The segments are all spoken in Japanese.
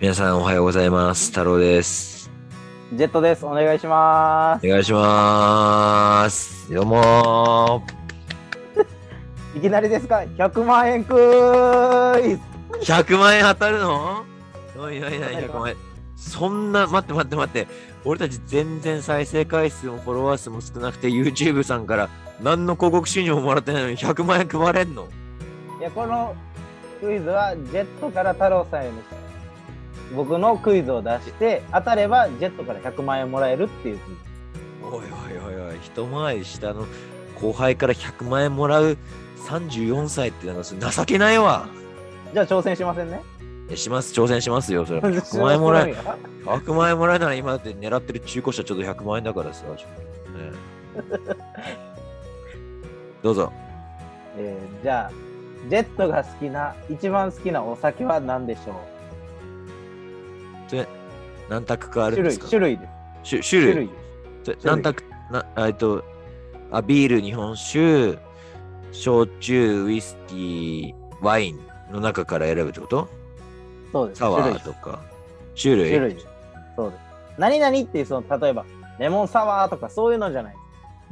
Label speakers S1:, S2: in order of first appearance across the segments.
S1: 皆さんおはようございます。太郎です。
S2: ジェットです。お願いしま
S1: お願いします。どうも
S2: す。いきなりですが、100万円クイズ
S1: ー。100万円当たるのおいおいおい、100万円。そんな、待って待って待って。俺たち全然再生回数もフォロワー数も少なくて YouTube さんから何の広告収入ももらってないのに100万円配れんの
S2: いや、このクイズは、ジェットから太郎さんへの僕のクイズを出して、当たれば、ジェットから100万円もらえるっていう。
S1: おいおいおいおい、一回り下の後輩から100万円もらう34歳ってなんかそれ情けないわ。
S2: じゃあ、挑戦しませんね。
S1: えします、挑戦します よ。それは100万円もらえ100万円もらえなら今だって狙ってる中古車ちょっと100万円だからさ。ちょっとねどうぞ。
S2: えーじゃあ、ジェットが好きな、一番好きなお酒は何でしょう
S1: それ何択かある
S2: 種
S1: んで
S2: 類、
S1: すか
S2: 種類で
S1: 種
S2: す。種
S1: 種類
S2: 類です。
S1: それ
S2: 種
S1: 何
S2: 類
S1: 択なあえっとあ、ビール、日本酒、焼酎、ウイスキー、ワインの中から選ぶってこと
S2: そうです。
S1: サ
S2: 種
S1: ワ
S2: 類
S1: ーとか。種類
S2: 種類です。そうです。何々っていう、その、例えば、レモンサワーとかそういうのじゃない。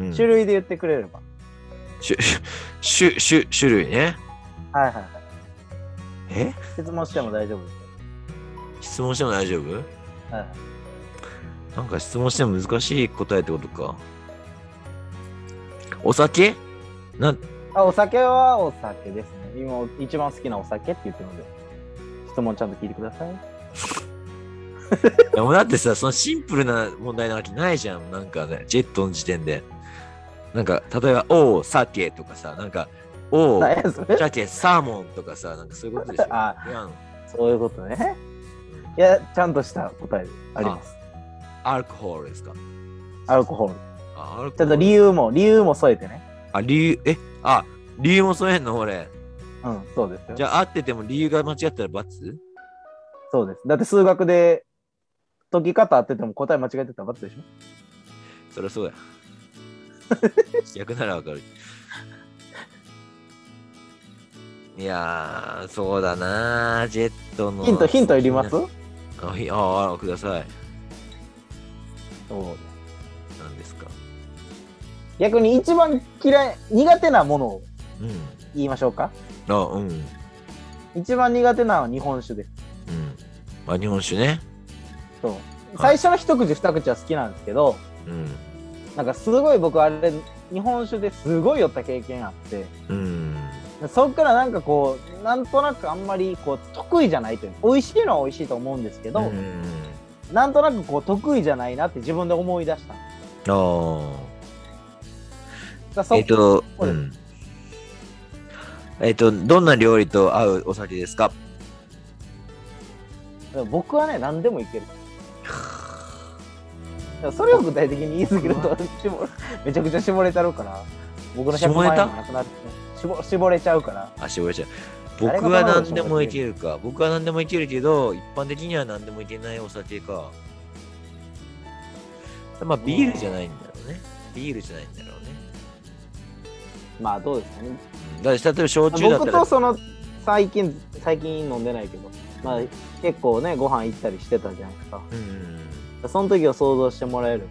S1: うん
S2: 種類で言ってくれれば。
S1: 種種種種類ね。
S2: はいはいはい。
S1: え
S2: 質問しても大丈夫ですよ。
S1: 質問しても大丈夫
S2: はいはい、
S1: なんか質問しても難しい答えってことか。お酒な、
S2: あ、お酒はお酒ですね。今、一番好きなお酒って言ってるので、質問ちゃんと聞いてください。
S1: でもだってさ、そのシンプルな問題なわけないじゃん。なんかね、ジェットの時点で。なんか、例えば、おう、酒とかさ、なんか、おう、
S2: 何やそれ
S1: 鮭、サーモンとかさ、なんかそういうことでしょ。
S2: あ
S1: いや
S2: そういうことね。いや、ちゃんとした答えあります。
S1: アルコールですか。
S2: アルコホール。
S1: あアルコール
S2: ちゃんと理由も、理由も添えてね。
S1: あ、理由、え、あ、理由もそうやんの俺。
S2: うん、そうですよ。
S1: じゃあ、合ってても理由が間違ったら罰
S2: そうです。だって数学で、解き方あってても答え間違えてたら罰でしょ
S1: そりゃそうや。逆ならわかる。いやー、そうだなー、ジェットの。
S2: ヒント、ヒントいります
S1: あ、ひああ、ください。
S2: そうです
S1: 何ですか。
S2: 逆に一番嫌い、苦手なものを
S1: うん。
S2: 言いましょうか。
S1: あ、うん。うん。
S2: 一番苦手なのは日本酒です。
S1: まあ、日本酒ね。
S2: そう最初の一口二口は好きなんですけど
S1: うん。
S2: なんかすごい僕あれ日本酒ですごい酔った経験あって
S1: うん。
S2: そっからなんかこうなんとなくあんまりこう得意じゃないという美味しいのは美味しいと思うんですけど、
S1: ん、
S2: なんとなくこう得意じゃないなって自分で思い出しただ
S1: あ
S2: からそ
S1: あ。えっ、と、
S2: こ
S1: う
S2: れ
S1: ん。えっ、と、どんな料理と合うお酒ですか
S2: 僕はね何でもいけるだからそれを具体的に言い過ぎると絞めちゃくちゃ絞れちゃうから僕の100
S1: 絞れ
S2: 万
S1: た
S2: 円もなくなって絞絞れちゃうから
S1: あ、絞れちゃう。
S2: 誰
S1: 僕は
S2: が頼むの
S1: 何でもいけるか。僕は何でもいけるけど、一般的には何でもいけないお酒か。まあ、ビールじゃないんだろうね。ビールじゃないんだろうね。
S2: まあどうですかね
S1: うんだから例えば焼酎だった
S2: 僕
S1: ら
S2: と、その最近最近飲んでないけど、まあ、結構ねご飯行ったりしてたじゃないですか
S1: うんうん
S2: その時を想像してもらえれ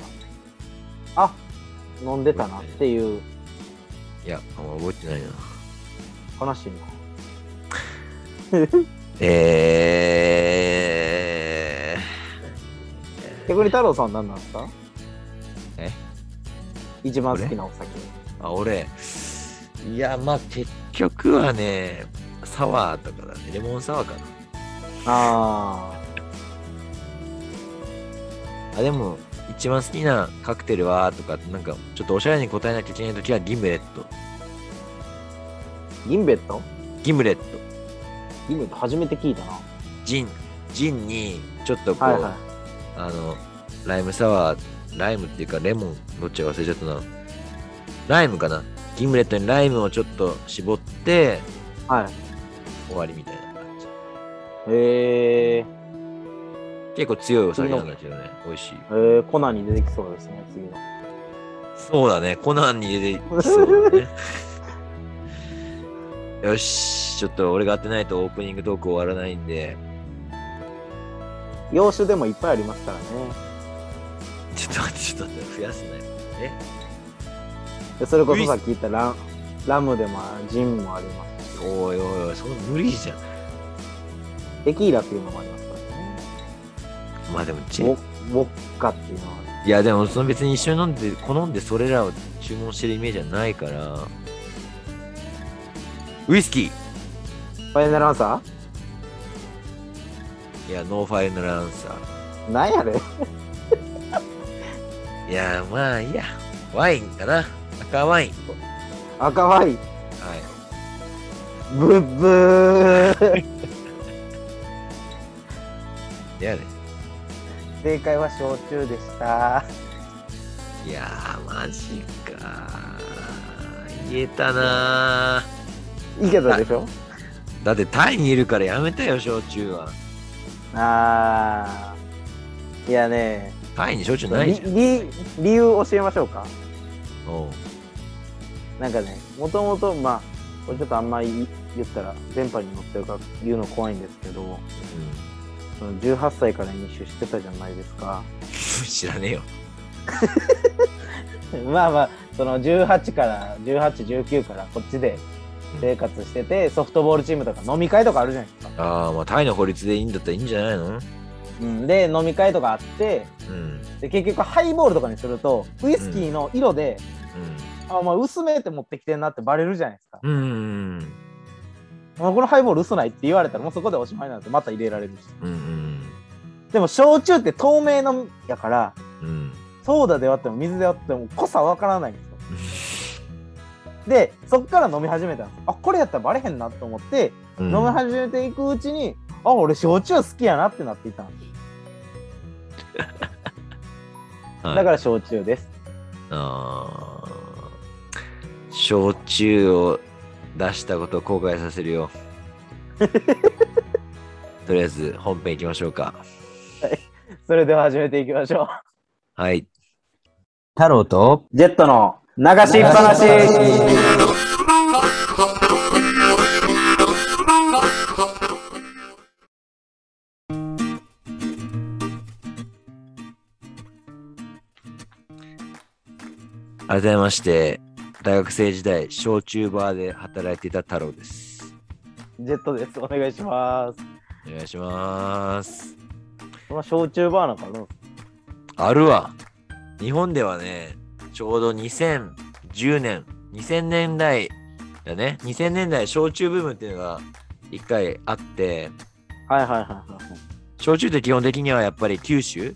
S2: ばあ飲んでたなっていう
S1: いや、あんま覚えてないな。
S2: 話に
S1: え
S2: 逆に太郎さん何なんですか
S1: え
S2: 一番好きなお酒
S1: ー、あ、俺、いや、まあ、結局はね、サワーとかだね。レモンサワーかな。
S2: あ
S1: あでも一番好きなカクテルはとかなんかちょっとおしゃれに答えなきゃいけない時はギムレット
S2: ーギンベット
S1: ギムレット
S2: ギンベット初めて聞いたな
S1: ジンジンにちょっとこう、
S2: はいはい
S1: あのライムサワーライムっていうかレモンどっちか忘れちゃったなライムかなギムレットにライムをちょっと絞って
S2: はい
S1: 終わりみたいな感じ
S2: へえ
S1: 結構強いお酒なんだけどね美味しい
S2: えー、コナンに出てきそうですね次の
S1: そうだね、コナンに出てきそう だね。よし、ちょっと俺が当てないとオープニングトーク終わらないんで、
S2: 洋酒でもいっぱいありますからね
S1: ちょっと待って、ちょっと待って、増やすなよ。
S2: でそれこそさっき言ったランラムでもジンもありますし
S1: おいおいおい、その無理じゃん。
S2: テキーラっていうのもありますからね
S1: まあでも、ち
S2: ウォウォッカっていうのもあり
S1: いやでも、その別に一緒に飲んで、好んでそれらを注文してるイメージはないから。ウイスキー
S2: ファイナルアンサ
S1: いや、ノーファイナルアンサ
S2: ーなんやで
S1: ー。いや、まあいいや。ワインかな。赤ワイン。
S2: 赤ワイン
S1: はい。
S2: ブッブ ー
S1: いやね。
S2: 正解は焼酎でした
S1: いやー、マジかー。言えたなー。
S2: いけたでしょ
S1: だってタイにいるからやめたよ、焼酎は。
S2: あーいやね
S1: タイに焼酎ない
S2: 理
S1: じゃん。
S2: 理理由教えましょうか
S1: おう
S2: なんかねもともとまあこれちょっとあんまり言ったら電波に乗ってるから言うの怖いんですけどその18歳から飲酒してたじゃないですか
S1: うん、 知らねえよ。
S2: まあまあその18から1819からこっちで生活しててソフトボールチームとか飲み会とかあるじゃないですか、
S1: ああ、まあタイの法律でいいんだったらいいんじゃないの
S2: うん、で飲み会とかあって
S1: うん。うん。
S2: で結局ハイボールとかにするとウイスキーの色で、あお前薄めって持ってきてんなってバレるじゃないですか、
S1: うんうん
S2: お前このハイボール薄ないって言われたらもうそこでおしまいなんでまた入れられるし
S1: うん。うん
S2: でも焼酎って透明のやから
S1: うん。うん。
S2: ソーダで割っても水で割っても濃さわからないんですよ でそっから飲み始めたんですあこれやったらバレへんなと思って、
S1: うん
S2: 飲み始めていくうちにあ俺焼酎好きやなってなっていったんです
S1: はい
S2: だから焼酎です
S1: あー焼酎を出したことを後悔させる よとりあえず本編いきましょうか
S2: それでは始めていきましょう
S1: はい太郎と
S2: ジェットの流しっぱなし
S1: 改めまして大学生時代焼酎バーで働いていた太郎です
S2: ジェットですお願いします
S1: お願いします
S2: この焼酎バーなんかあるんです
S1: あるわ日本ではねちょうど2010年2000年代だね2000年代焼酎ブームっていうのが一回あって
S2: かはいはいはいはい
S1: 焼酎って基本的にはやっぱり九州、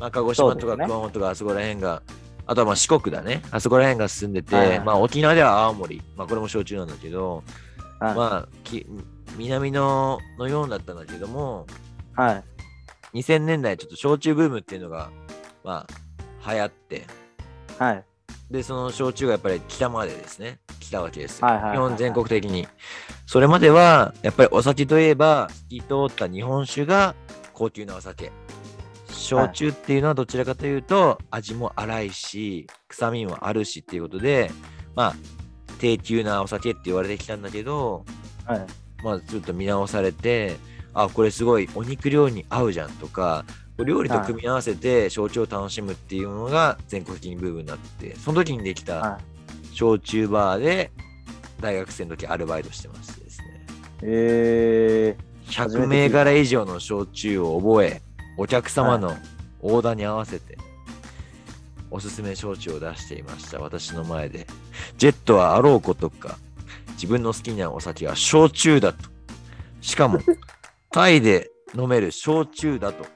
S1: まあ、鹿児島と
S2: そう
S1: か
S2: ですね
S1: 熊本とかあそこら辺が、あとはまあ四国だねあそこら辺が進んでて、
S2: はいはい
S1: まあ、沖縄では青森、まあ、これも焼酎なんだけど、
S2: はい
S1: まあき南ののようだったんだけども
S2: はい
S1: 2000年代ちょっと焼酎ブームっていうのがまあ流行って
S2: はい
S1: でその焼酎がやっぱり北までですね来たわけですよ、
S2: はいはいはいはい
S1: 日本全国的にそれまではやっぱりお酒といえば透き通った日本酒が高級なお酒焼酎っていうのはどちらかというと味も荒いし臭みもあるしっていうことでまあ低級なお酒って言われてきたんだけど
S2: はい
S1: まあちょっと見直されてあこれすごいお肉料理に合うじゃんとかお料理と組み合わせて焼酎を楽しむっていうのが全国的にブームになってその時にできた
S2: はい
S1: 焼酎バーで大学生の時アルバイトしてましてですね
S2: え
S1: 100銘柄以上の焼酎を覚えお客様のオーダーに合わせておすすめ焼酎を出していました私の前でジェットはあろうことか自分の好きなお酒は焼酎だとしかも タイで飲める焼酎だと
S2: ー、い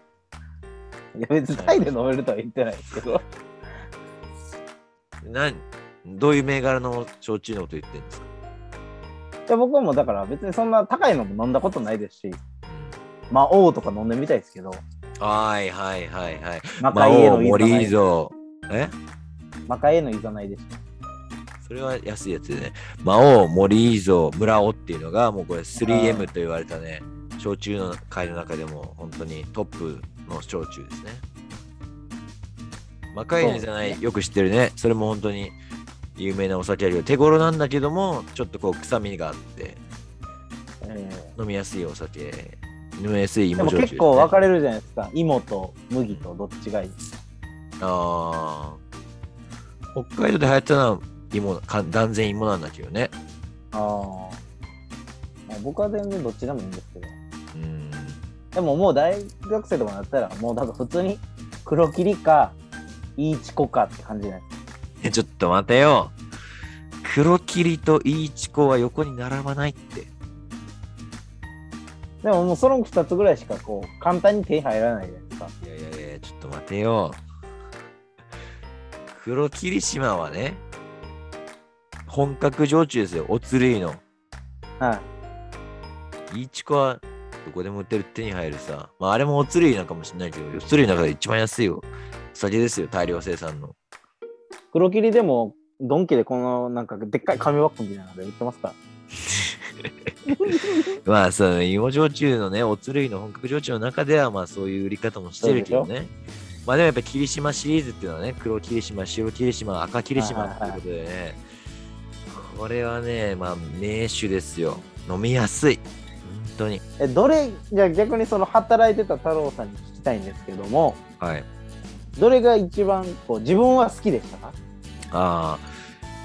S2: や別にタイで飲めるとは言ってないですけど
S1: 何どういう銘柄の焼酎のこと言ってんですか、
S2: いや僕はもうだから別にそんな高いのも飲んだことないですし魔王とか飲んでみたいですけど
S1: はいはいはいはい
S2: 魔
S1: 魔
S2: 界へ
S1: 王
S2: のいざな
S1: 森
S2: い
S1: 伊蔵え
S2: 魔界へのいざないでした
S1: それは安いやつでね。魔王、森伊蔵、村尾っていうのが、もうこれ 3M と言われたね、焼酎の会の中でも、本当にトップの焼酎ですね。魔界犬じゃな
S2: そうで
S1: い、
S2: す
S1: よく知ってるね。それも本当に有名なお酒あるよ。手頃なんだけども、ちょっとこう臭みがあって、
S2: え
S1: 飲みやすいお酒 MSE
S2: で
S1: 芋
S2: も
S1: 焼酎、ね。
S2: 結構分かれるじゃないですか。芋と麦とどっちがいい
S1: あー北海道で流行ったのは芋か断然芋なんだけどね。
S2: ああ。まあ僕は全然どっちでもいいんですけど。
S1: うん。
S2: でももう大学生とかになったら、もうなんか普通に黒霧か、いいチコかって感じじゃないですか。
S1: え ちょっと待てよ。黒霧とイーチコは横に並ばないって。
S2: でももうその2つぐらいしかこう、簡単に手に入らないじゃないですか。
S1: いやいやいや、ちょっと待てよ。黒霧島はね、本格焼酎ですよ。おつるいの。
S2: はい。
S1: イーチコはどこでも売ってる手に入るさ。まあ、あれもおつるいなんかもしれないけど、おつるいの中で一番安いよ。お酒ですよ、大量生産の。
S2: 黒霧でも、ドンキでこのなんかでっかい紙バッグみたいなので売ってますから。
S1: まあ、その芋焼酎のね、おつるいの本格焼酎の中では、まあそういう売り方もしてるけどね。まあでもやっぱ霧島シリーズっていうのはね、黒霧島、白霧島、赤霧島っていうことでね、これはね、まあ名酒ですよ。飲みやすい。本当に。
S2: え、どれ、じゃあ逆にその働いてた太郎さんに聞きたいんですけども、
S1: はい。
S2: どれが一番こう、自分は好きでしたか
S1: ああ、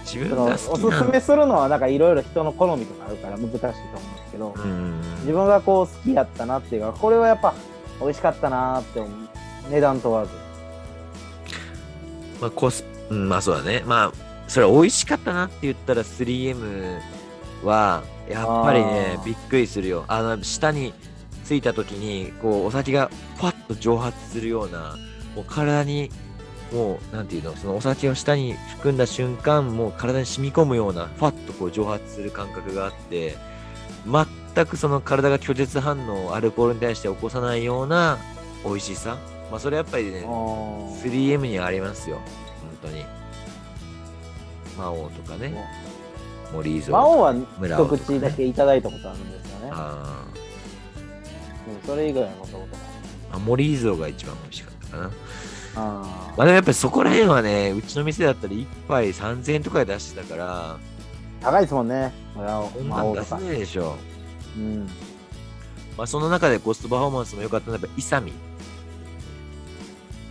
S1: 自分
S2: その
S1: が好
S2: おす
S1: きな
S2: すめするのはなんかいろいろ人の好みとかあるから難しいと思うんですけど、
S1: うん。
S2: 自分がこう好きやったなっていうかこれはやっぱ美味しかったなって思う値段問わず
S1: まあコス、うん、まあそうだね。まあ、それ美味しかったなって言ったら 3M は、やっぱりね
S2: あ、ー
S1: びっくりするよ。あの、舌についた時に、こう、お酒がパッと蒸発するような、もう体に、もう、なんていうの、そのお酒を舌に含んだ瞬間、もう体に染み込むような、ファッとこう蒸発する感覚があって、全くその体が拒絶反応をアルコールに対して起こさないような美味しさ。まあそれやっぱりね、3M にはありますよ本当に魔王とかね森伊蔵
S2: 魔王は
S1: 村尾
S2: 一
S1: とかね
S2: 口だけいただいたことあるんですよね
S1: あ
S2: でもそれ以外は飲んだことない
S1: ーあ森伊蔵が一番美味しかったかな
S2: あ
S1: まあでもやっぱりそこら辺はねうちの店だったら1杯3000円とかで出してたから
S2: 高いですもんね村尾
S1: こんな
S2: 魔
S1: ん
S2: 王
S1: 出
S2: と
S1: せ
S2: か、
S1: ないでしょ
S2: うん、
S1: まあその中でコストパフォーマンスも良かったのはやっぱイサミ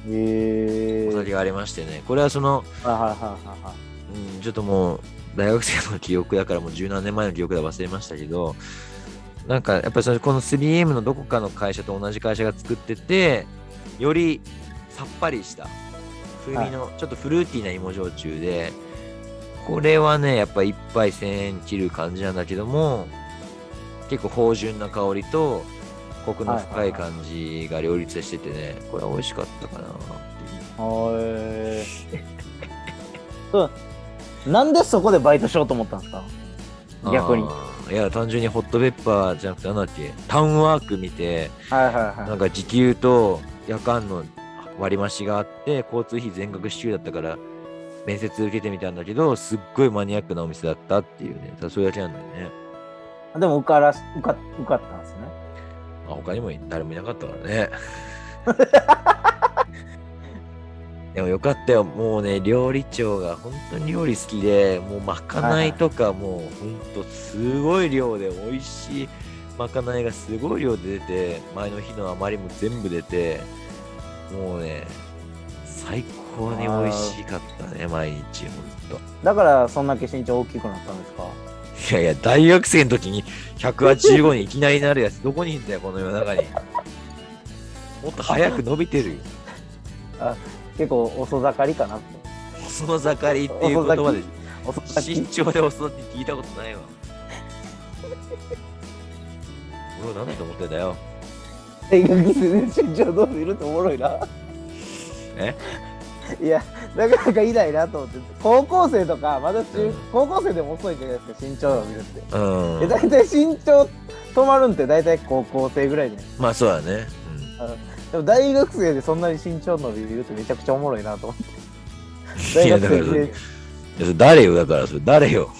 S2: へえ
S1: お酒がありましてねこれはその
S2: はいはいはいはいはい
S1: うん、ちょっともう大学生の記憶だからもう十何年前の記憶だ忘れましたけどなんかやっぱりそのこの 3M のどこかの会社と同じ会社が作っててよりさっぱりした風味のちょっとフルーティーな芋焼酎でこれはねやっぱ一杯1000円切る感じなんだけども結構芳醇な香りとコクの深い感じが両立しててねこれは美味しかったかなっていう
S2: へーうんなんでそこでバイトしようと思ったんですか逆に
S1: あーいや単純にホットペッパーじゃなくてなんだっけタウンワーク見て
S2: はいはいはい
S1: なんか時給と夜間の割増があって交通費全額支給だったから面接受けてみたんだけどすっごいマニアックなお店だったっていうねただそれだけなんだよね、
S2: でも受からし受か受かったんですね。
S1: まあ、他にも誰もいなかったから ねでもよかったよもうね料理長が本当に料理好きでもうまかないとかもう本当すごい量で美味しいまかないがすごい量で出て前の日の余りも全部出てもうね最高に美味しかったね毎日本
S2: だからそんだけ身長大きくなったんですか。
S1: 当いやいや大学生の時に185にいきなりなるやつどこにいんだよこの世の中にもっと早く伸びてるよ
S2: 結構遅盛りかなって。
S1: 遅盛りっていう言葉で
S2: 遅
S1: 身
S2: 盛り。
S1: 長で遅って聞いたことないわ。俺は何だと思ってんだよ。
S2: 大学生で身長どういるっておもろいな。
S1: え
S2: いや、なかなかいないなと思って。高校生とか、まだ中、
S1: うん
S2: 高校生でも遅いじゃないですか、身長を見るって。
S1: う
S2: え、
S1: ん。
S2: 大体身長止まるんって大体高校生ぐらいじゃないです
S1: まあそうだね。
S2: か。でも大学生でそんなに身長伸びるってめちゃくちゃおもろいなと思って。
S1: うん、い
S2: 大
S1: や
S2: 学
S1: だから
S2: 生
S1: いや
S2: で、
S1: それ誰よだからそれ誰よ。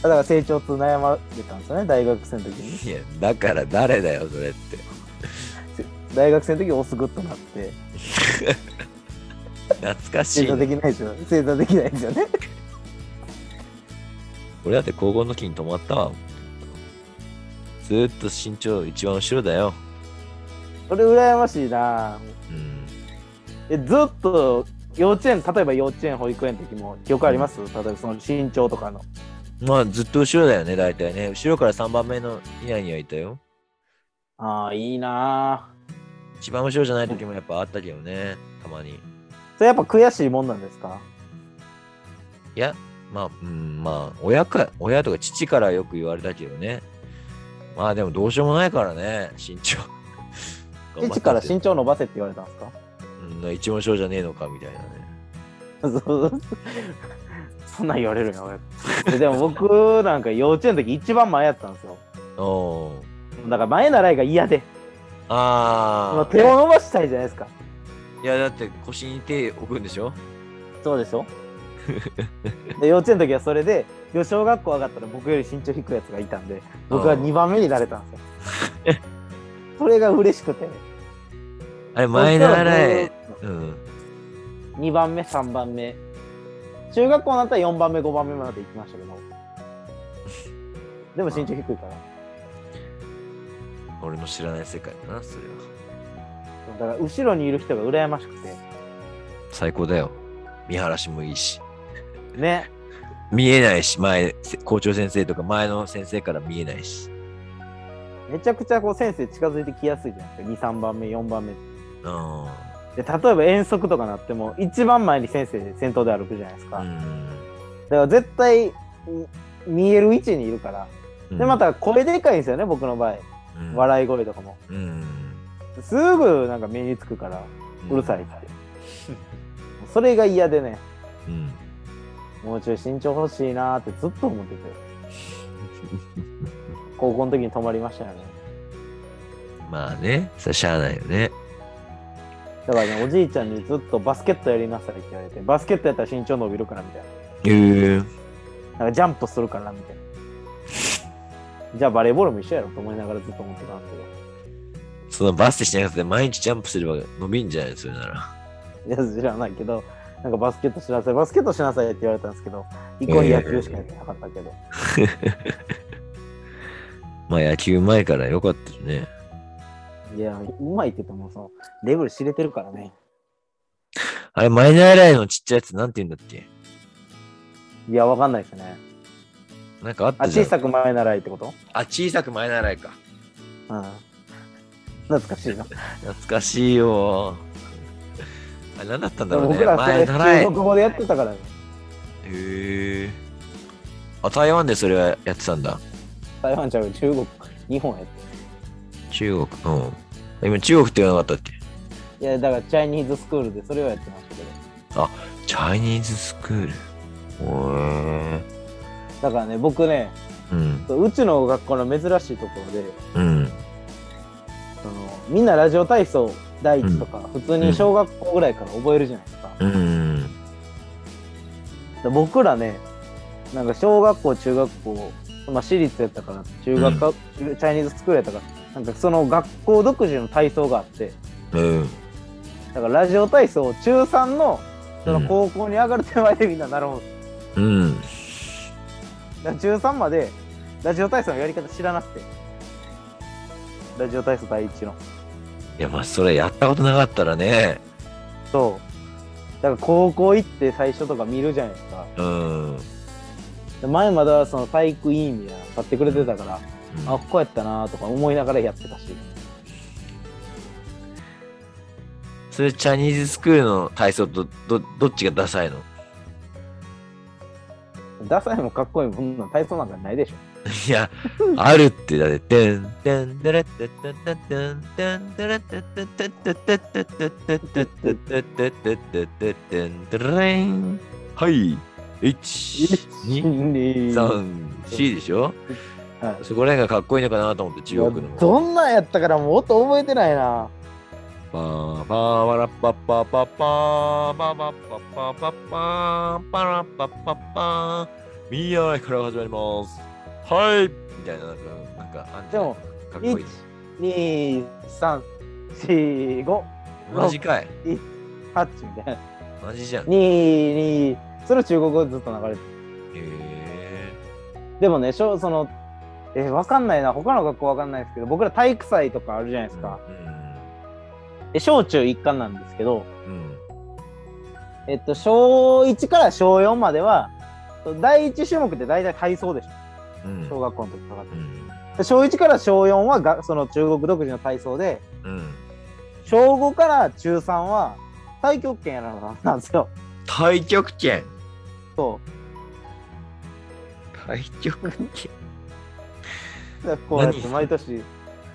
S2: だから成長痛悩まれたんですよね、大学生の時に。
S1: いやだから誰だよそれって。
S2: 大学生の時オスグッとなって
S1: 懐かし
S2: 正
S1: い
S2: 座
S1: ね、
S2: できないですよ正座できないですよね
S1: 俺だって高校の時に泊まったわ。ずーっと身長一番後ろだよ。
S2: それ羨ましいな
S1: うん
S2: えずっと幼稚園例えば幼稚園保育園の時も記憶あります、例えばその身長とかの
S1: まあずっと後ろだよね、大体ね。後ろから3番目の以内にはいたよ。
S2: ああいいな
S1: 一番後ろじゃない時もやっぱあったけどね、たまに。
S2: それやっぱ悔しいもんなんですか
S1: いや、まあ、うん、まあ、親か、親とか父からよく言われたけどね。まあでもどうしようもないからね、身長。
S2: 父から
S1: 身
S2: 身長伸ばせって言われたんですか
S1: 長。一番上じゃねえのかみたいなね。
S2: そうそんなん言われるんや俺えでも僕なんか幼稚園の時一番前やったんですよ
S1: おー
S2: だから前習いが嫌でまあ
S1: あ
S2: 手を伸ばしたいじゃないですか
S1: あ。いや、だって腰に手置くんでしょ
S2: そうでし ょで幼稚園の時はそれでで小学校上がったら僕より身長低いやつがいたんで僕は
S1: うん
S2: 2番目になれたんですよそれが嬉しくて
S1: あれ、前習い。うん。
S2: 2番目3番目中学校になったら4番目5番目まで行きましたけどでも身長低いから
S1: 俺の知らない世界だな、それは。
S2: だから後ろにいる人が羨ましくて
S1: 最高だよ。見晴らしもいいし。
S2: ね
S1: 見えないし、前、せ校長先生とか前の先生から見えないし。
S2: めちゃくちゃこう先生近づいてきやすいじゃないですか23番目4番
S1: う
S2: 目
S1: ん。
S2: で例えば遠足とかなっても一番前に先生先頭で歩くじゃないですか、
S1: う
S2: だ
S1: ん。
S2: から絶対み見える位置にいるから
S1: うん
S2: でま、た声でかいんですよね僕の場合
S1: うん、
S2: 笑い声とかも
S1: うん。
S2: すぐなんか目につくからうるさいって、それが嫌でね
S1: うん。
S2: もうちょい身長欲しいなーってずっと 思ってて高校の時に泊まりましたよね
S1: まあね、それしゃあないよね。
S2: だからねおじいちゃんにずっとバスケットやりなさいって言われてバスケットやったら身長伸びるからみたいな
S1: えー、
S2: なんかジャンプするからみたいな。じゃあバレーボールも一緒やろと思いながらずっと思ってたんです
S1: そのバスケしなくて毎日ジャンプすれば伸びんじゃないそれなら。
S2: けど。いや、知らないけど、なんかバスケットしなさい、バスケットしなさいって言われたんですけど、一個に野球しかやってなかったけど、
S1: まあ野球前からよかったよね。
S2: いや、うまいって言っても、そのレベル知れてるからね。
S1: あれ、マイナーラインのちっちゃいやつなんて言うんだっけ
S2: いや、わかんないですね。
S1: なんかあっ
S2: あ、
S1: たじゃ
S2: 小
S1: ん。
S2: さく前ならいいってこと
S1: あ、小さくマイナーラインか。
S2: うん。懐かしいな。
S1: 懐かしいよ。あれ、何だったんだろうね。
S2: 僕らそ
S1: 前
S2: れ
S1: ならえ
S2: 中国語でやってたからね。
S1: へえ。あ、台湾でそれはやってたんだ。
S2: 台湾ちゃう中国、日本やって
S1: 中国。うん。今、中国って言わなかったっけ
S2: た。いや、だからチャイニーズスクールでそれをやってましたけど。
S1: チャイニーズスクール。おー。
S2: だからね、僕ね、
S1: うん。
S2: そううちの学校の珍しいところで、
S1: うん。
S2: そのみんなラジオ体操第一とか、普通に小学校ぐらいから覚えるじゃないですか,、
S1: うん。
S2: で僕らねなんか小学校中学校、まあ、私立やったから中学か、チャイニーズスクールやったからなんかその学校独自の体操があって
S1: うん。
S2: だからラジオ体操を中3のその高校に上がる手前でみんな習うんで
S1: う
S2: す
S1: ん。
S2: だから中3までラジオ体操のやり方知らなくてラジオ体操第一の
S1: いや、まあ、それやったことなかったらね。
S2: そうだから高校行って最初とか見るじゃないですか
S1: うん。うん
S2: で前まだその体育委員みたいなの買ってくれてたから、あこうやったなとか思いながらやってたし
S1: それ、チャイニーズスクールの体操とど、どっちがダサいの
S2: ダサいもかっこいいもんな体操なんかないでしょ
S1: いや、あるって、だって、てんてんてれってってっててんてんてれってってってってってってってってってってってってってってんてれん。はい。一、二、三、四でしょ
S2: はい
S1: そこら辺がかっこいいのかなと思って、中国の。
S2: どんなんやったからもう音覚えてないな
S1: パーパーワラッパッパーパーパーパーパーパーパーパーパーパラッパッパッパー未来から始まりますはいみたいななんかなんかあんじゃん
S2: でも
S1: かっこいい
S2: 12345
S1: マジかい
S2: ハッチみたいな
S1: マジじゃんへ
S2: 22それ中国語でずっと流れて
S1: え
S2: でもねしょそのえーわかんないな他の学校わかんないですけど僕ら体育祭とかあるじゃないですか、
S1: うん
S2: で小中一貫なんですけど、
S1: うん。
S2: えっと、小1から小4までは、第一種目って大体体操でし
S1: うん
S2: ょ。小学校の時とかっ
S1: う
S2: て
S1: ん。
S2: で小1から小4はがその中国独自の体操で、
S1: うん。
S2: 小5から中3は太極拳やらなあかんなんですよ。
S1: 太極拳。
S2: そ
S1: 太極拳。
S2: う。でこうやって
S1: 何
S2: 毎年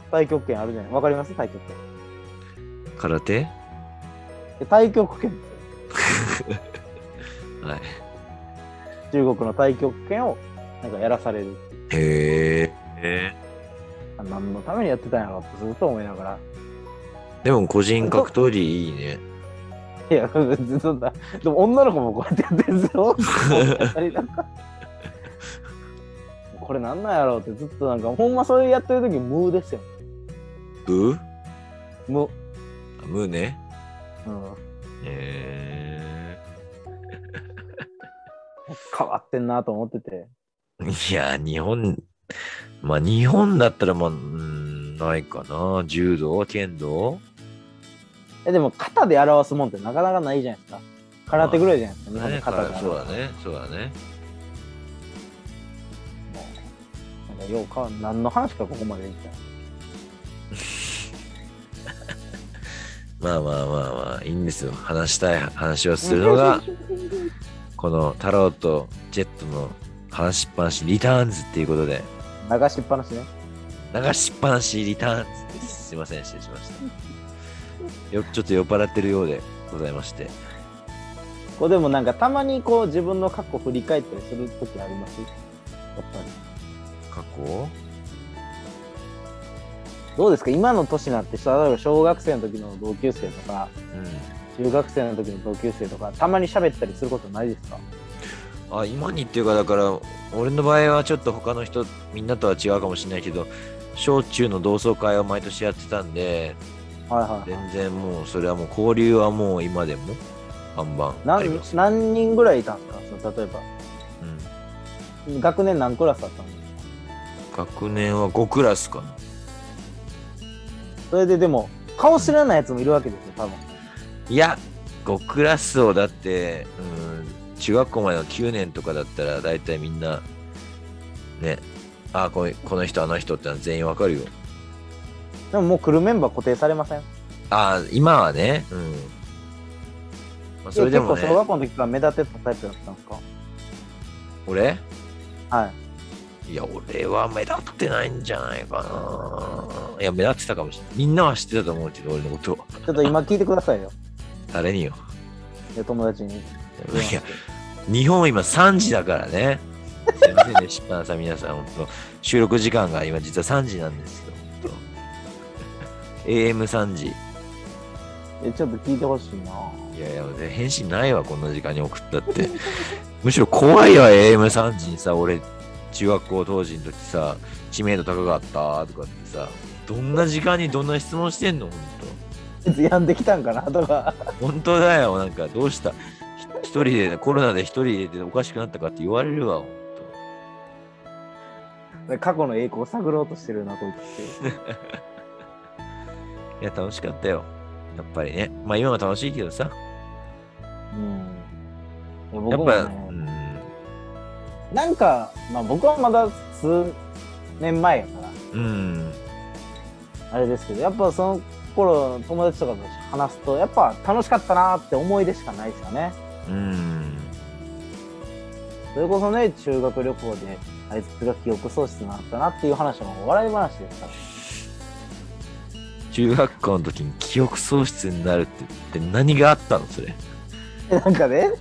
S2: 太極拳あるじゃない。わかります太極拳。
S1: 空手
S2: で太極拳ですよ
S1: はい。
S2: 中国の太極拳をなんかやらされる。
S1: へえ。え
S2: あ何のためにやってたんやろってずっと思いながら。
S1: でも個人格闘技いいね。
S2: いや、ずっとだ。でも女の子もこうやってやってるんですよ。 これなんなんやろうってずっとなんか、ほんまそれやってる時無ですよ。
S1: ブー
S2: 無。
S1: あムーね。
S2: うん。
S1: へ
S2: 変わってんなと思ってて。
S1: え。いや、日本、まあ日本だったらまあ、うーんないかな。柔道、剣道。
S2: え、でも肩で表すもんってなかなかないじゃないですか。空手ぐらいじゃないですか。日本
S1: ね
S2: の肩で表す
S1: そうだね。そうだね。
S2: なんかようかん、何の話かここまでいった。
S1: まあまあまあまあ、いいんですよ。話したい話をするの が、この太郎とジェットの話しっぱなしリターンズっていうことで、
S2: 流しっぱなしね。
S1: 流しっぱなしリターンズです。すいません、失礼しま した。よちょっと酔っ払ってるようでございまして。
S2: こうでもなんかたまにこう自分の過去振り返ったりする時ありますやっぱり。
S1: 過去
S2: どうですか今の年になって、例えば小学生の時の同級生とか、
S1: う
S2: 中学生の時の同級生とか、たまに喋ったりすることないですか
S1: ん。あ、今にっていうか、だから、俺の場合はちょっと他の人、みんなとは違うかもしれないけど、小中の同窓会を毎年やってたんで、
S2: はいはい。
S1: 全然もう、それはもう交流はもう今でも、バンバンあり
S2: 何
S1: ます。
S2: 何人ぐらいいたんですかその例えば。
S1: うん
S2: 学年何クラスだったんですか
S1: 学年は5クラスかな
S2: それででも、顔知らないやつもいるわけですよ、多分。
S1: いや5クラスをだってうん中学校までの9年とかだったら大体みんなねあこのこの人あの人ってのは全員わかるよ
S2: でももう来るメンバー固定されません
S1: あ今はねうん、まあ、それでもね
S2: いや結構小学校の時から目立ってたタイプだったんですか
S1: 俺
S2: はい。
S1: いや俺は目立ってないんじゃないかないや目立ってたかもしれないみんなは知ってたと思うけど俺のことを
S2: ちょっと今聞いてくださいよ。
S1: 誰によ
S2: いや友達に。
S1: いや日本今3時だからね。すいませんね、失敗なさい皆さん、本当収録時間が今実は3時なんですよ。本当 AM3 時。
S2: えちょっと聞いてほしいない
S1: やいや、返信ないわ、こんな時間に送ったって。むしろ怖いわ、AM3 時にさ、俺、中学校当時の時さ、知名度高かったとかってさ、どんな時間にどんな質問してんの、本
S2: いつ病んできたんかなとか。
S1: 当本当だよ、なんかどうしたひ一人で、コロナで一人でおかしくなったかって言われるわ、本当
S2: 過去の栄光を探ろうとしてるな、こいつって。
S1: いや、楽しかったよ。やっぱりね。まあ今は楽しいけどさ。
S2: うん。いや
S1: や
S2: 僕
S1: っ
S2: も
S1: ぱ、
S2: ね
S1: うん。
S2: なんか、まあ僕はまだ数年前やから、
S1: うん。
S2: あれですけど、やっぱその頃友達とかと話すと、やっぱ楽しかったなーって思い出しかないですよね。
S1: うん。
S2: それこそね、修学旅行で、あいつが記憶喪失になったなっていう話も笑い話ですから。
S1: 中学校の時に記憶喪失になるってって何があったのそれ。
S2: で なんかね、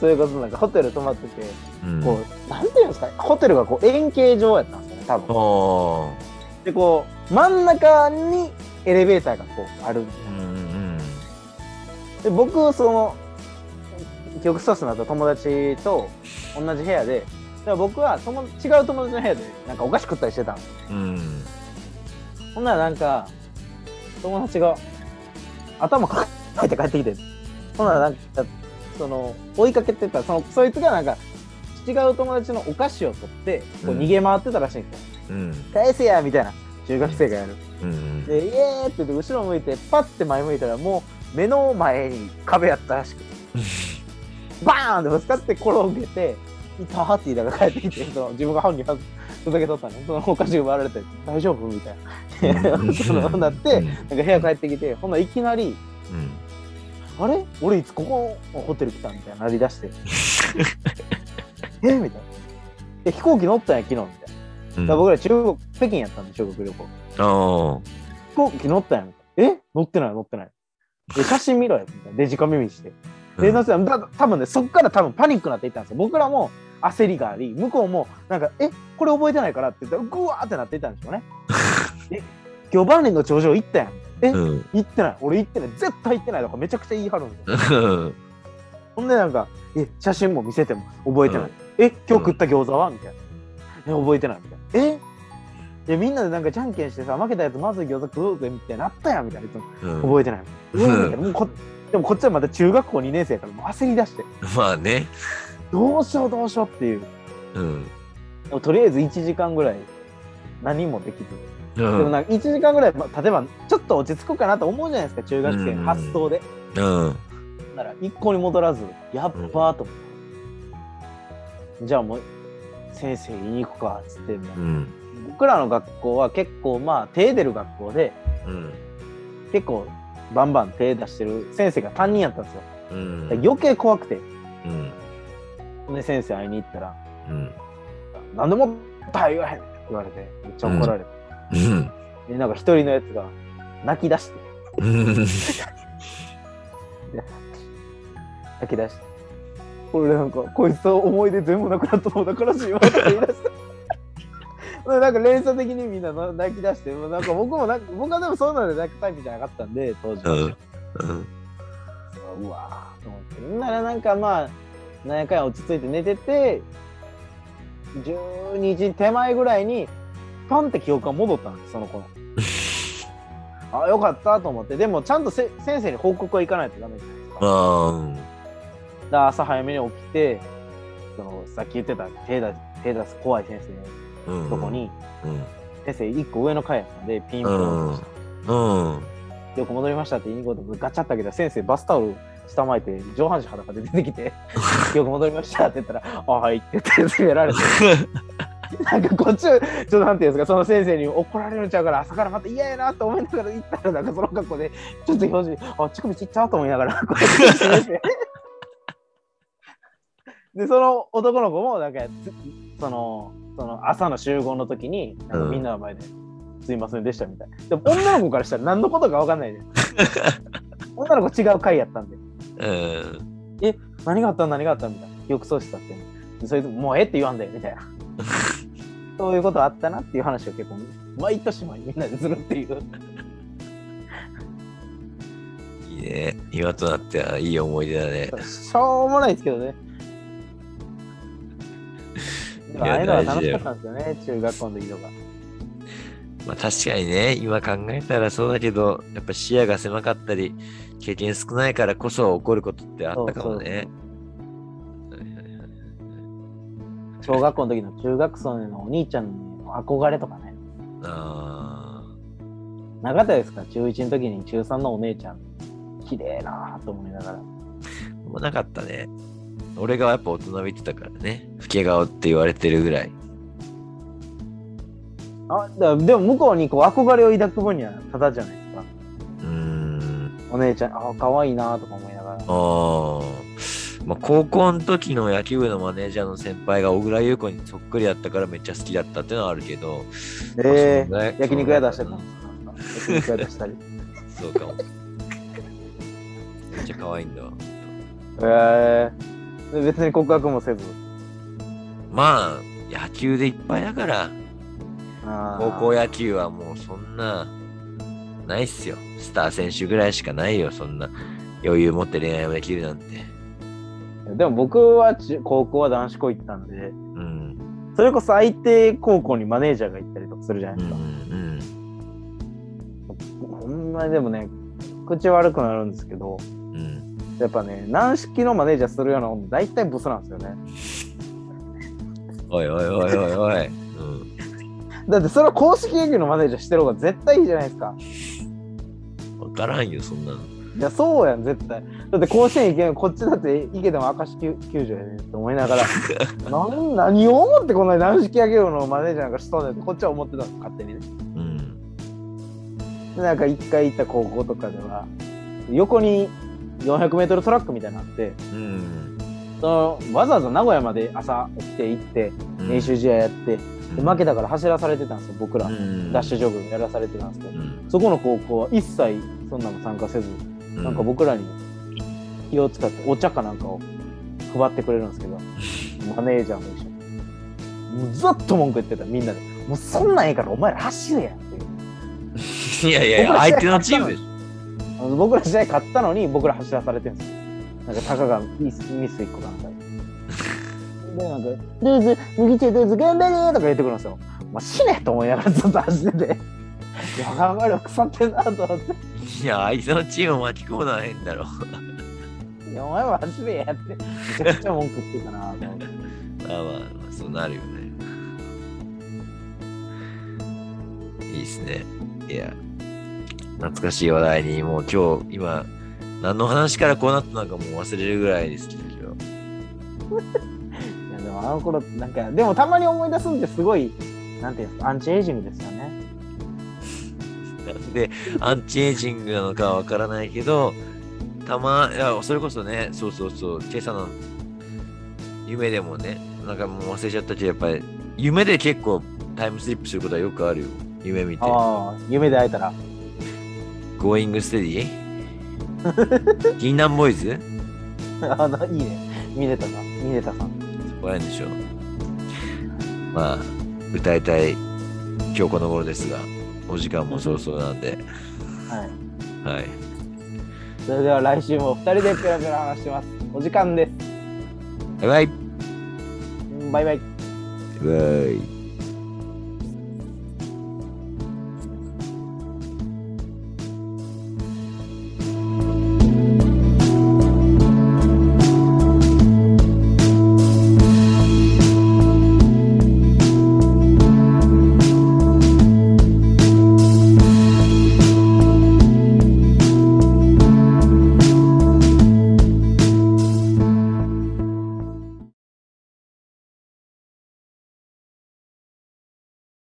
S2: それこそなんかホテル泊まってて、
S1: うん。
S2: こう、なんていうんですかね、ホテルがこう円形状やったんですよね、多分。
S1: おー
S2: で、こう、真ん中にエレベーターがこうあるんで
S1: うんうん
S2: で僕その記憶喪失になった友達と同じ部屋でだから僕は友違う友達の部屋でなんかお菓子食ったりしてたんですよ
S1: うん。うん。
S2: ほんならなんか友達が頭かかって帰ってきてほんならなんかその追いかけてたそのそいつがなんか違う友達のお菓子を取ってこう
S1: うん
S2: 逃げ回ってたらしいんですよ、
S1: うん。
S2: 返せやみたいな中学生がやる。
S1: うん
S2: で、イエーって言って、後ろ向いて、パッて前向いたら、もう目の前に壁やったらしくて、バーンってぶつかって転げて、いたーって言いながら帰ってきて、その自分が犯人はふざけとったの、そのお菓子奪われて、大丈夫みたい な。そのなって、なんか部屋帰ってきて、ほんないきなり、
S1: うん
S2: あれ俺いつここホテル来たみたいななりだして。えみたいな。え飛行機乗ったんや、昨日み
S1: う
S2: たいな。だか
S1: ん
S2: ら僕ら中国、北京やったんで、中国旅行。
S1: ああ
S2: 飛行機乗ったやん。え乗ってない乗ってない。で写真見ろよみたいな。デジカメ見して。
S1: うん
S2: で、乗ってただ多分ね、そっから多分パニックになっていったんですよ。僕らも焦りがあり、向こうもなんか、えこれ覚えてないからって言ったら、ぐわーってなっていったんでしょ うね。え、魚番林の頂上行ったやん。え
S1: うん
S2: 行ってない。俺行ってない。絶対行ってないとかめちゃくちゃ言い張るんですよ。
S1: うん
S2: ほんでなんか、え、写真も見せても覚えてない。え、今日食った餃子はみたいな。え、覚えてないみたいな。えでみんなでなんかじゃんけんしてさ、負けたやつまずい餃子食おうぜみたいになったやんみたいな。
S1: うん
S2: 覚えてない。
S1: うん
S2: うわみたいなもうこでもこっちはまた中学校2年生やからもう焦り出して、
S1: まあね
S2: どうしようどうしようっていう。
S1: うん
S2: でもとりあえず1時間ぐらい何もできず。
S1: う
S2: でも
S1: ん
S2: なんか1時間ぐらい、まあ、例えばちょっと落ち着くかなと思うじゃないですか、中学生の発想で。
S1: うん
S2: なら一向に戻らず、やっばーと思って。じゃあもう先生言いに行くかっつって、
S1: うん
S2: 僕らの学校は結構まあ手出る学校で
S1: うん
S2: 結構バンバン手出してる先生が担任やったんですよ。
S1: うん
S2: だから余計怖くて。
S1: うん
S2: で先生会いに行ったら
S1: うん
S2: 「何でもったい言わへん!」って言われてめっちゃ怒られて、
S1: うん
S2: でなんか一人のやつが泣き出して
S1: うん
S2: 泣き出して俺なんかこいつと思い出全部なくなったのだからしいわって言い出して でなんか連鎖的にみんなな泣き出してもうなんか僕もなんか僕はでもそうなんで泣くタイプじゃなかったんで当時
S1: う
S2: は
S1: んうん
S2: うわーと思ってならなんかまあ何やかんや落ち着いて寝てて12時手前ぐらいにパンって記憶が戻ったんですその子 のあよかったと思ってでもちゃんとせ先生に報告は行かないとダメじゃないですかだか
S1: あ
S2: ら朝早めに起きてそのさっき言ってた手出手出す怖い先
S1: あう
S2: 生
S1: ん
S2: のとこに、
S1: うん
S2: 先生1個上の階やったんでピンポン
S1: うんうん
S2: よく戻りましたって言いに行こうと思ってガチャって開けたら先生バスタオル下巻いて上半身裸で出てきて「よく戻りました」って言ったら「あはい」って言って詰められて なんかこっちはちょっとなんていうんですかその先生に怒られるんちゃうから朝からまた嫌やなと思いながら行ったらなんかその格好でちょっと表情に「あ乳首ちっちゃ」と思いながらこうやって詰めてでその男の子もなんかつそのその朝の集合の時になんかみんなの前で「すいませんでした」みたいなでも女の子からしたら何のことか分かんないです女の子違う回やったんで
S1: うん
S2: 何があった何があったみたいな記憶喪失だってでそれでもうええって言わんでみた いなそういうことあったなっていう話を結構毎年毎みんなでするっていう
S1: いいね今となってはいい思い出だね
S2: しょうもないですけどねでも
S1: いや
S2: ああいうの
S1: 大
S2: は楽
S1: 事
S2: し
S1: だよ
S2: かったんですよね中学校の時とか
S1: まあ確かにね、今考えたらそうだけど、やっぱ視野が狭かったり、経験少ないからこそ起こることってあったかもね。
S2: 小学校の時の中学生のお兄ちゃんの憧れとかね
S1: あ
S2: なかったですか中1の時に中3のお姉ちゃん綺麗なぁと思いながら
S1: あ、もうなかったね。俺がやっぱ大人びてたからね。老け顔って言われてるぐらい。
S2: あだからでも向こうにこう憧れを抱く分にはただじゃないですか
S1: うーん。
S2: お姉ちゃんあ可愛いなとか思いながら
S1: あーまあ、高校の時の野球部のマネージャーの先輩が小倉優子にそっくりだったからめっちゃ好きだったってのはあるけど、まあ
S2: え
S1: そんぐらい
S2: ー、焼肉屋出してた
S1: そん
S2: ん
S1: ぐ
S2: で
S1: らい
S2: すか焼肉屋出したり
S1: そうかも。 めっちゃ可愛いんだわ。
S2: えー、で別に告白もせず
S1: まあ、野球でいっぱいだから、
S2: あ
S1: 高校野球はもうそんな、ないっすよ。スター選手ぐらいしかないよ、そんな。余裕持って恋愛をできるなんて。
S2: 校でも僕は中高校は男子校行ったんで
S1: うん。
S2: それこそ相手高校にマネージャーが行ったりとかするじゃない
S1: うんう
S2: ですか、
S1: ん
S2: ほんまにでもね口悪くなるんですけど
S1: うん。うん。
S2: やっぱね軟式のマネージャーするような女大体ブスなんですよね
S1: おいおいおいおいおい。うん。
S2: だってそれは公式野球のマネージャーしてる方が絶対いいじゃないですか。
S1: わからんよ、そんなの。
S2: いや、そうやん、絶対。だって甲子園行けん、こっちだって行けても明石球球場やねんって思いな がら、なん何を思ってこんなに軟式野球のマネージャーなんかしとんねんって、こっちは思ってたんです、勝手にね。
S1: うん。
S2: でなんか一回行った高校とかでは、横に400メートルトラックみたいなのあって、
S1: うん。
S2: そのわざわざ名古屋まで朝起きて行って、練習試合やって、で負け
S1: た。
S2: たから走らされてたんですよ、僕ら。
S1: うん。
S2: ダッシュジョブやらされてたんですけど
S1: う。ん。
S2: そこの高校は一切そんなの参加せず、
S1: な
S2: なんか僕らに気を使ってお茶かなんかを配ってくれるんですけど、マネージャーも一緒に。もうずっと文句言ってた、みんなで。もうそんなんええからお前ら走れやっていう
S1: いやいやいや、
S2: 僕ら試合
S1: 相手のチームでしょ。
S2: あの僕ら試合勝ったのに僕ら走らされてるんですよ。なんかたかがミスミス1個なんか。で、なんか、ルーズ、麦茶ルーズ頑張れーとか言ってくるんですよ。まあ、死ねと思いながらずっと走ってて。いや、頑張れ、腐ってんなと思って。
S1: いや、相手のチームを巻き込まないんだろう。
S2: いやお前は走れやって、めちゃくちゃ文句言ってたなと思って。
S1: まあまあまあ、そうなるよね。いいっすね。いや、懐かしい話題に、もう今日、今、何の話からこうなったのかもう忘れるぐらいですけど、
S2: いやでもあの頃ってなんか、でもたまに思い出すんですごい、なんていうんですか、アンチエイジングですよね。
S1: なん で、アンチエイジングなのかわからないけど、たま、いや、それこそね、そうそうそう、今朝の夢でもね、なんかもう忘れちゃったけど、やっぱり、夢で結構タイムスリップすることはよくあるよ。夢見て。
S2: ああ、 夢で会えたら。
S1: Going Steady? 銀杏ボーイズ
S2: あの、いいね。ミネタさん、ミネタさん。
S1: そこらへんでしょう。まあ、歌いたい今日この頃ですが、お時間もそろそろなんで、
S2: はい。
S1: はい。
S2: それでは来週も2人でペラペラ話してます。お時間です。
S1: バイバイ
S2: バイバイ。
S1: バイバイ